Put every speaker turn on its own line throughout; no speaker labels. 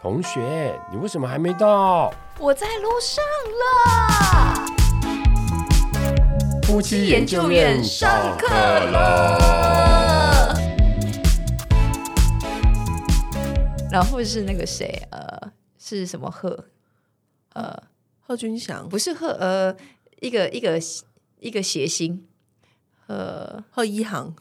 同学，你为什么还没到？
我在路上了。
夫妻研究院上课了。
然后是那个谁，呃，是什么贺？呃，
贺军翔、
不是贺，呃，一个一个一个谐星，呃，
贺一航，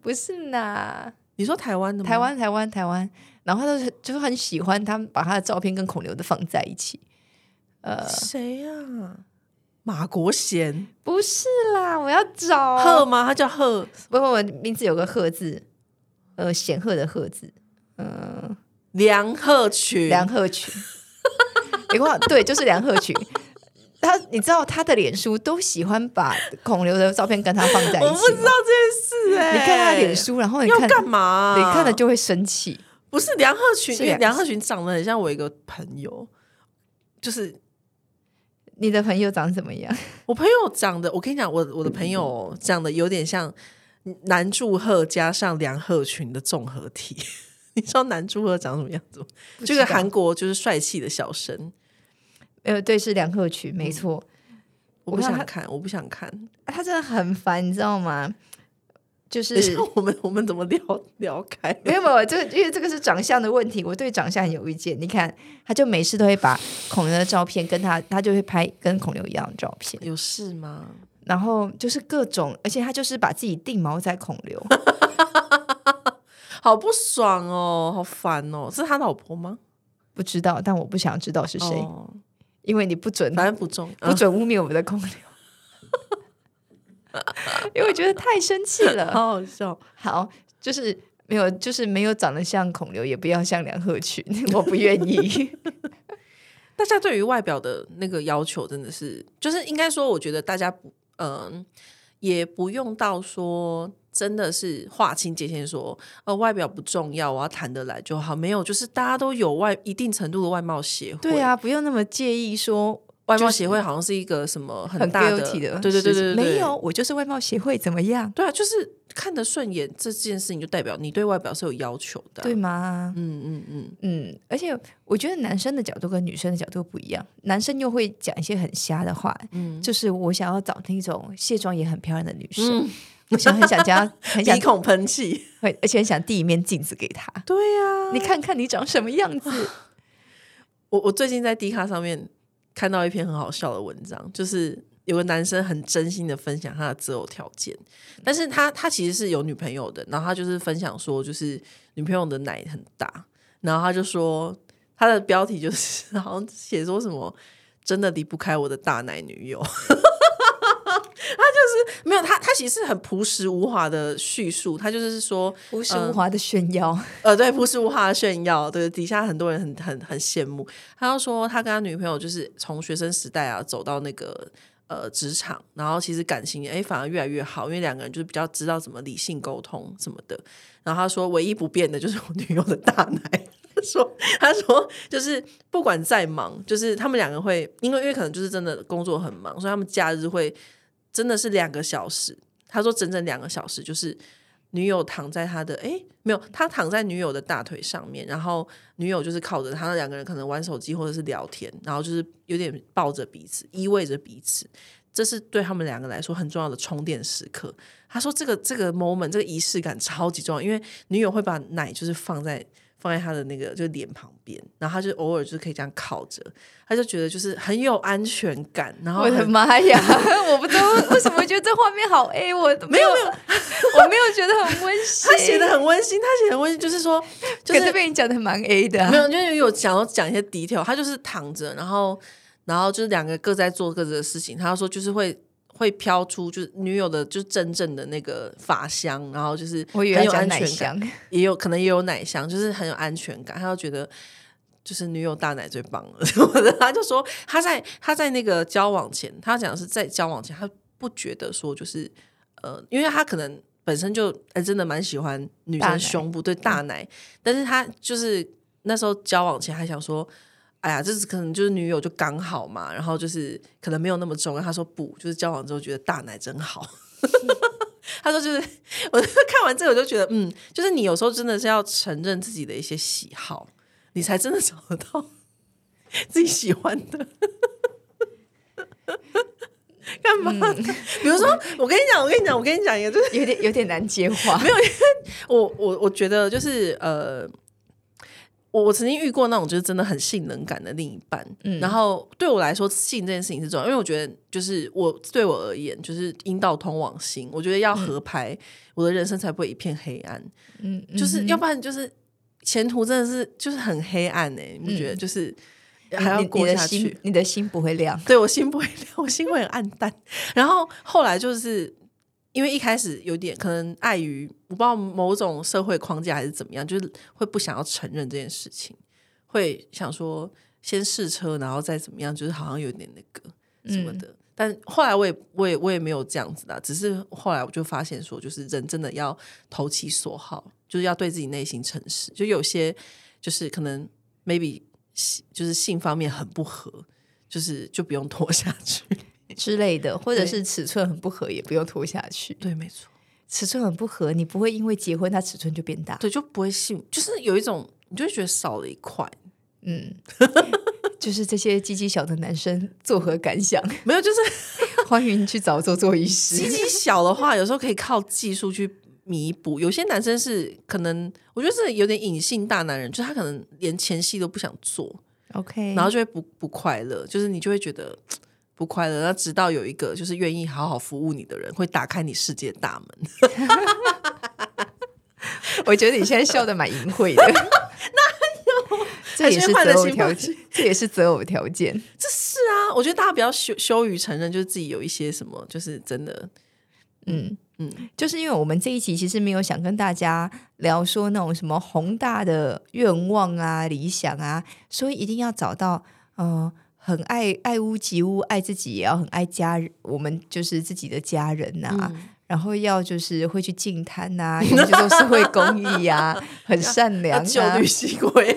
不是啦，
你说台湾的吗？
台湾台湾台湾。然后他就就很喜欢他们把他的照片跟孔刘的放在一起。呃，
谁呀？马国贤，
不是啦，我要找
贺吗？他叫贺，
不不不，名字有个贺字，呃，显赫的赫字，嗯、
梁鹤群，
梁鹤群。你忘对，就是梁鹤群。他，你知道他的脸书都喜欢把孔刘的照片跟他放在一起吗。
我不知道这件事哎、
你看他的脸书，然后你
要
看
干嘛啊、
你看了就会生气。
不是梁鹤群，
是
因为
梁
梁鹤群长得很像我一个朋友，就是
你的朋友长怎么样？
我朋友长得，我跟你讲，我我的朋友
嗯
长得有点像南柱赫加上梁鹤群的综合体。 你知道南柱赫长什么样子吗？
不
就
知
个
道
韩国就是帅气的小生，
呃，对，是梁鹤群，没错。
我
我
不
知道
想
他
看，我不想看。
他真的很烦，你知道吗？就是
等一下，我们我们怎么聊聊开？
没有没有，这个因为这个是长相的问题，我对长相很有意见。你看，他就每次都会把孔刘的照片跟他，他就会拍跟孔刘一样的照片，
有事吗？
然后就是各种，而且他就是把自己定锚在孔刘，
好不爽哦，好烦哦！是他老婆吗？
不知道，但我不想知道是谁，
哦
因为你不准，
反正不重要。
不嗯准污蔑我们的孔刘， 因为我觉得太生气
嗯
了。
好好笑。
好，就是没有，就是没有长得像孔刘，也不要像梁鹤群， 我不愿意。
大家对于外表的那个要求真的是，就是应该说，我觉得大家不，嗯、也不用到说真的是划清界限说，呃，外表不重要，我要谈得来就好。没有，就是大家都有外一定程度的外貌协会。
对，啊，不用那么介意说
外貌协会好像是一个什么
很
大
guilty 的事情，
对对对对对，
没有，。我就是外貌协会怎么样，
对啊，就是看得顺眼这件事情，就代表你对外表是有要求的啊、
对吗？
嗯嗯嗯，
嗯，而且我觉得男生的角度跟女生的角度不一样，男生又会讲一些很瞎的话，
嗯
就是我想要找那种卸妆也很漂亮的女生，我想很想 加，很想
鼻，孔喷气。
很而且很想递一面镜子给她，
对呀、
你看看你长什么样子，
我我最近在 D 卡上面看到一篇很好笑的文章，就是有个男生很真心的分享他的择偶条件，但是他他其实是有女朋友的，然后他就是分享说，就是女朋友的奶很大，然后他就说他的标题就是 好像写说什么真的离不开我的大奶女友。他就是没有他，他其实是很朴实无华的叙述。他就是说，
无时无华的炫耀，
呃，对，朴实无华的炫耀，对，底下很多人很很很羡慕。他就说，他跟他女朋友就是从学生时代啊走到那个呃职场，然后其实感情哎反而越来越好，因为两个人就是比较知道怎么理性沟通什么的。然后他说，唯一不变的就是我女友的大奶。他说，他说，就是不管再忙，就是他们两个会，因为因为可能就是真的工作很忙，所以他们假日会真的是两个小时。他说整整两个小时，就是女友躺在他的诶，没有，他躺在女友的大腿上面，然后女友就是靠着他，两个人可能玩手机或者是聊天，然后就是有点抱着彼此，依偎着彼此。这是对他们两个来说很重要的充电时刻。他说：“这个这个 moment，这个仪式感超级重要，因为女友会把奶就是放在放在他的那个就脸旁边，然后他就偶尔就是可以这样靠着，他就觉得就是很有安全感。然后
我的
很
妈呀！我不知道为什么觉得这画面好 A，我 没有，我没有觉得很温馨。
他写的很温馨，他写的很温馨，就 是说，就
可
是
是被你讲的蛮 A 的啊、
没有，就是有想要讲一些 detail，他就是躺着，然后然后就是两个各在做各自的事情。他说就是会会飘出就是女友的就是真正的那个发香，然后就是
我以
很
为
有
要讲
安
奶
全感，
香，
也有可能也有奶香，就是很有安全感。他就觉得。就是女友大奶最棒了， 什么的。他就说他在他在那个交往前，他讲的是在交往前，他不觉得说就是呃，因为他可能本身就哎、真的蛮喜欢女
大奶嗯
生胸部对大奶，但是他就是那时候交往前还想说，哎呀，这是可能就是女友就刚好嘛，然后就是可能没有那么重要。他说不，就是交往之后觉得大奶真好。 他说就是， 我就看完这个我就觉得，嗯，就是你有时候真的是要承认自己的一些喜好，你才真的找得到 自己喜欢的。 干嘛？比如说，我跟你讲，我跟你讲，我跟你讲一个，就是
有点有点难接话。 没有，
我我我觉得就是呃，我我曾经遇过那种就是真的很性能感的另一半，然后对我来说性这件事情是重要，因为我觉得就是我对我而言就是阴道通往心，我觉得要合拍，我的人生才不会一片黑暗，
嗯，嗯
就是
哼
要不然就是前途真的是就是很黑暗哎、你不觉得就是还要
嗯你你
过
的
下去
心，你的心不会亮。
对我心不会 亮，我心会很暗淡。然后后来就是因为一开始有点可能碍于我不知道某种社会框架还是怎么样，就是会不想要承认这件事情，会想说先试车，然后再怎么样，就是好像有点那个什
嗯
么的。但后来我也我也我也没有这样子的，只是后来我就发现说，就是人真的要投其所好，就是要对自己内心诚实。就有些就是可能 maybe 性就是性方面很不合，就是就不用拖下去。
之类的，或者
对
是尺寸很不合，也不用拖下去。
对，没错，
尺寸很不合，你不会因为结婚它尺寸就变大，
对，就不会信，就是有一种你就会觉得少了一块，
嗯 就是这些鸡鸡小的男生作何感想？
没有，就是
欢迎去找做做医
鸡
师。
鸡小的话，有时候可以靠技术去弥补。有些男生是可能，我觉得是有点隐性大男人，就是他可能连前戏都不想做，
OK，
然后就会不不快乐，就是你就会觉得。不快乐，那直到有一个就是愿意好好服务你的人，会打开你世界大门。
我觉得你现在笑的蛮淫秽 的。哪有？这也
还
是
是换了
择偶
新
条
方
件， 这也是择偶条件。
这是啊，我觉得大家不要羞羞于承认，就是自己有一些什么，就是真的
嗯
嗯
就是因为我们这一期其实没有想跟大家聊说那种什么宏大的愿望啊、理想啊，所以一定要找到呃很爱爱屋及乌，爱自己也要很爱家人，我们就是自己的家人啊
嗯
呐、
啊
然后要就是会去净滩啊呐、要去做社会公益呀、很善良
要
啊，
救 女西归。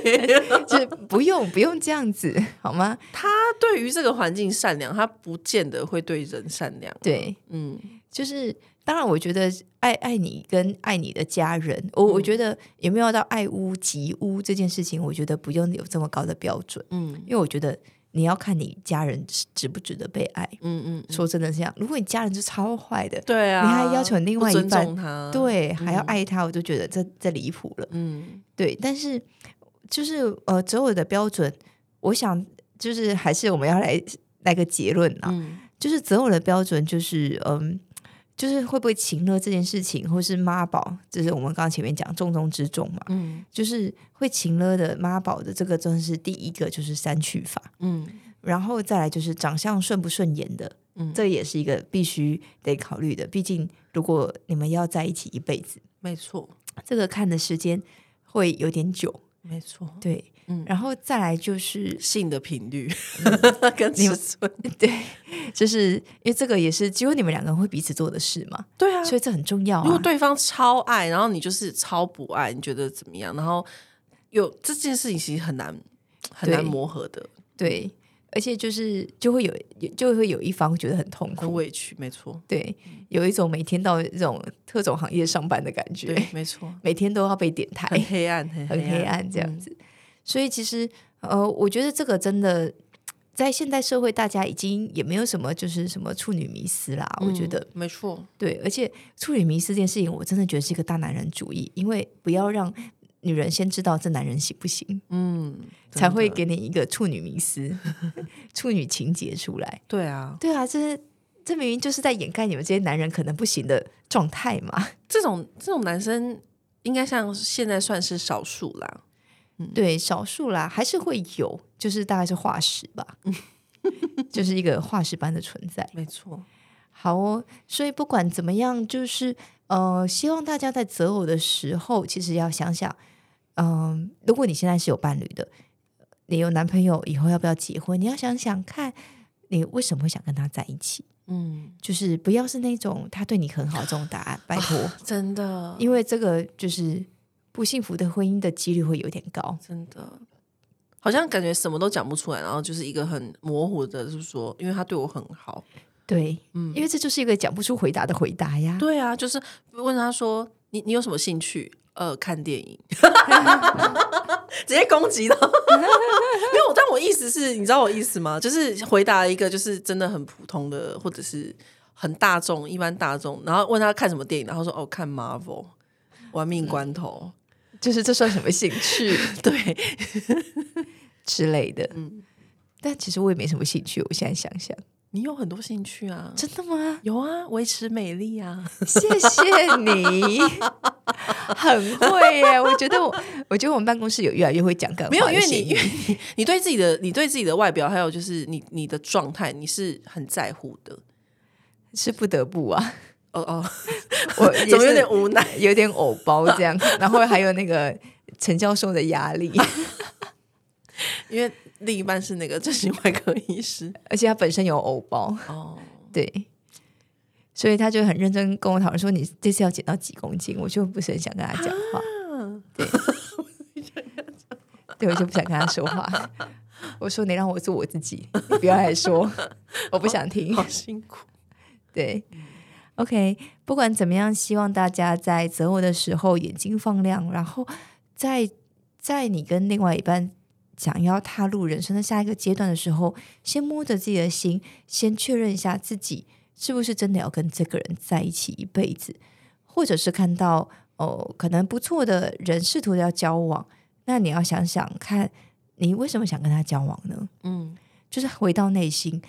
就是不用不用这样子好吗？
他对于这个环境善良，他不见得会对人善良。
对，
嗯，
就是当然，我觉得爱爱你跟爱你的家人，
嗯
我、我觉得有没有到爱屋及乌这件事情，我觉得不用有这么高的标准，
嗯
因为我觉得你要看你家人值值不值得被爱。
嗯嗯，
说真的是这样，如果你家人是超坏的，
对啊，
你还要求另外一半
不尊重他，，
对，还要爱他，我就觉得这这离谱了。
嗯
对，但是就是呃，择偶的标准，我想就是还是我们要来来个结论啊，
嗯
就是择偶的标准，就是嗯，就是会不会情勒这件事情，或是妈宝，这是我们刚刚前面讲重中之重嘛。
嗯
就是会情勒的妈宝的这个，真的是第一个就是删去法，
嗯
然后再来就是长相顺不顺眼的，
嗯，
这也是一个必须得考虑的。毕竟如果你们要在一起一辈子，
没错
这个看的时间会有点久，
没错，
对，
嗯
然后再来就是
性的频率
嗯
跟尺寸，
就是因为这个也是只有你们两个人会彼此做的事嘛，
对啊。
所以这很重要
如果
啊。
对方超爱，然后你就是超不爱，你觉得怎么样？然后有这件事情其实很难很难
对
磨合的，
对，而且就是就会有就会有一方觉得很痛
很
苦，
委屈，没错，
对，有一种每天到这种特种行业上班的感觉
对，，没错，
每天都要被点台，
很黑暗，嗯很
很黑暗这样子。所以其实呃，我觉得这个真的在现代社会，大家已经也没有什么就是什么处女迷思啦。我觉得
嗯没错，
对，而且处女迷思这件事情，我真的觉得是一个大男人主义，因为不要让女人先知道这男人行不行，
嗯，真
才会
的
给你一个处女迷思、 处女情节出来。
对啊，
对啊，这这明明就是在掩盖你们这些男人可能不行的状态嘛。
这种这种男生应该像现在算是少数啦。
对，少数啦，还是会有，就是大概是化石吧，就是一个化石般的存在。
没错，
好哦，所以不管怎么样，就是呃，希望大家在择偶的时候，其实要想想，嗯、如果你现在是有伴侣的，你有男朋友，以后要不要结婚？你要想想看，你为什么会想跟他在一起？
嗯，
就是不要是那种他对你很好这种答案，拜托，
真的，
因为这个就是不幸福的婚姻的几率会有点高。
真的，好像感觉什么都讲不出来，然后就是一个很模糊的，就是说，因为他对我很好。
对，因为这就是一个讲不出回答的回答呀。
对啊，就是问他说你你有什么兴趣？呃看电影， 直接攻击到。 没有，但我意思是，你知道我意思吗？就是回答一个就是真的很普通的，或者是很大众、一般大众，然后问他看什么电影，然后说哦看 Marvel，玩命关头，
就是这算什么兴趣
对， 嗯
之类的。但其实我也没什么兴趣，我现在想想，
你有很多兴趣啊，
真的吗？
有啊，维持美丽啊，
谢谢你， 很会耶！我觉得我，我觉得我们办公室有越来越会讲干话
没有，
的
因为
嫌
你
疑，
因为你你对自己的你对自己的外表，还有就是你你的状态，你是很在乎的。
是不得不 啊，
哦哦，
我也
怎么有
是
点无奈？
有点偶包这样，然后还有那个陈教授的压力，
因为另一半是那个整形外科医师
而且他本身有偶包，
哦，
对，所以他就很认真跟我讨论说：“你这次要减到几公斤？”我就不是很想跟他讲话，对，对我就不想跟他说话。我说：“你让我做我自己，你不要来说，我不想听。
好辛苦。
对，OK，不管怎么样，希望大家在择偶的时候眼睛放亮，然后在在你跟另外一半想要踏入人生的下一个阶段的时候，先摸着自己的心，先确认一下自己是不是真的要跟这个人在一起一辈子，或者是看到哦可能不错的人试图要交往，那你要想想看，你为什么想跟他交往呢？
嗯，
就是回到内心，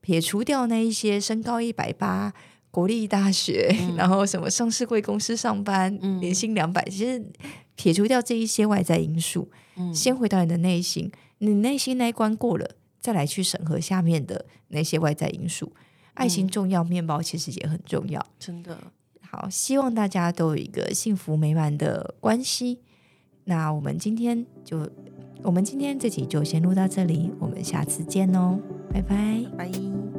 撇除掉那一些身高一百八、国立大学，然后什么上市贵公司上班，
嗯
年薪两百，其实撇除掉这一些外在因素，
嗯
先回到你的内心，你内心那一关过了，再来去审核下面的那些外在因素。爱情
嗯
重要，面包其实也很重要。
真的，
好，希望大家都有一个幸福美满的关系。那我们今天就，我们今天这集就先录到这里，我们下次见哦，拜拜。
拜。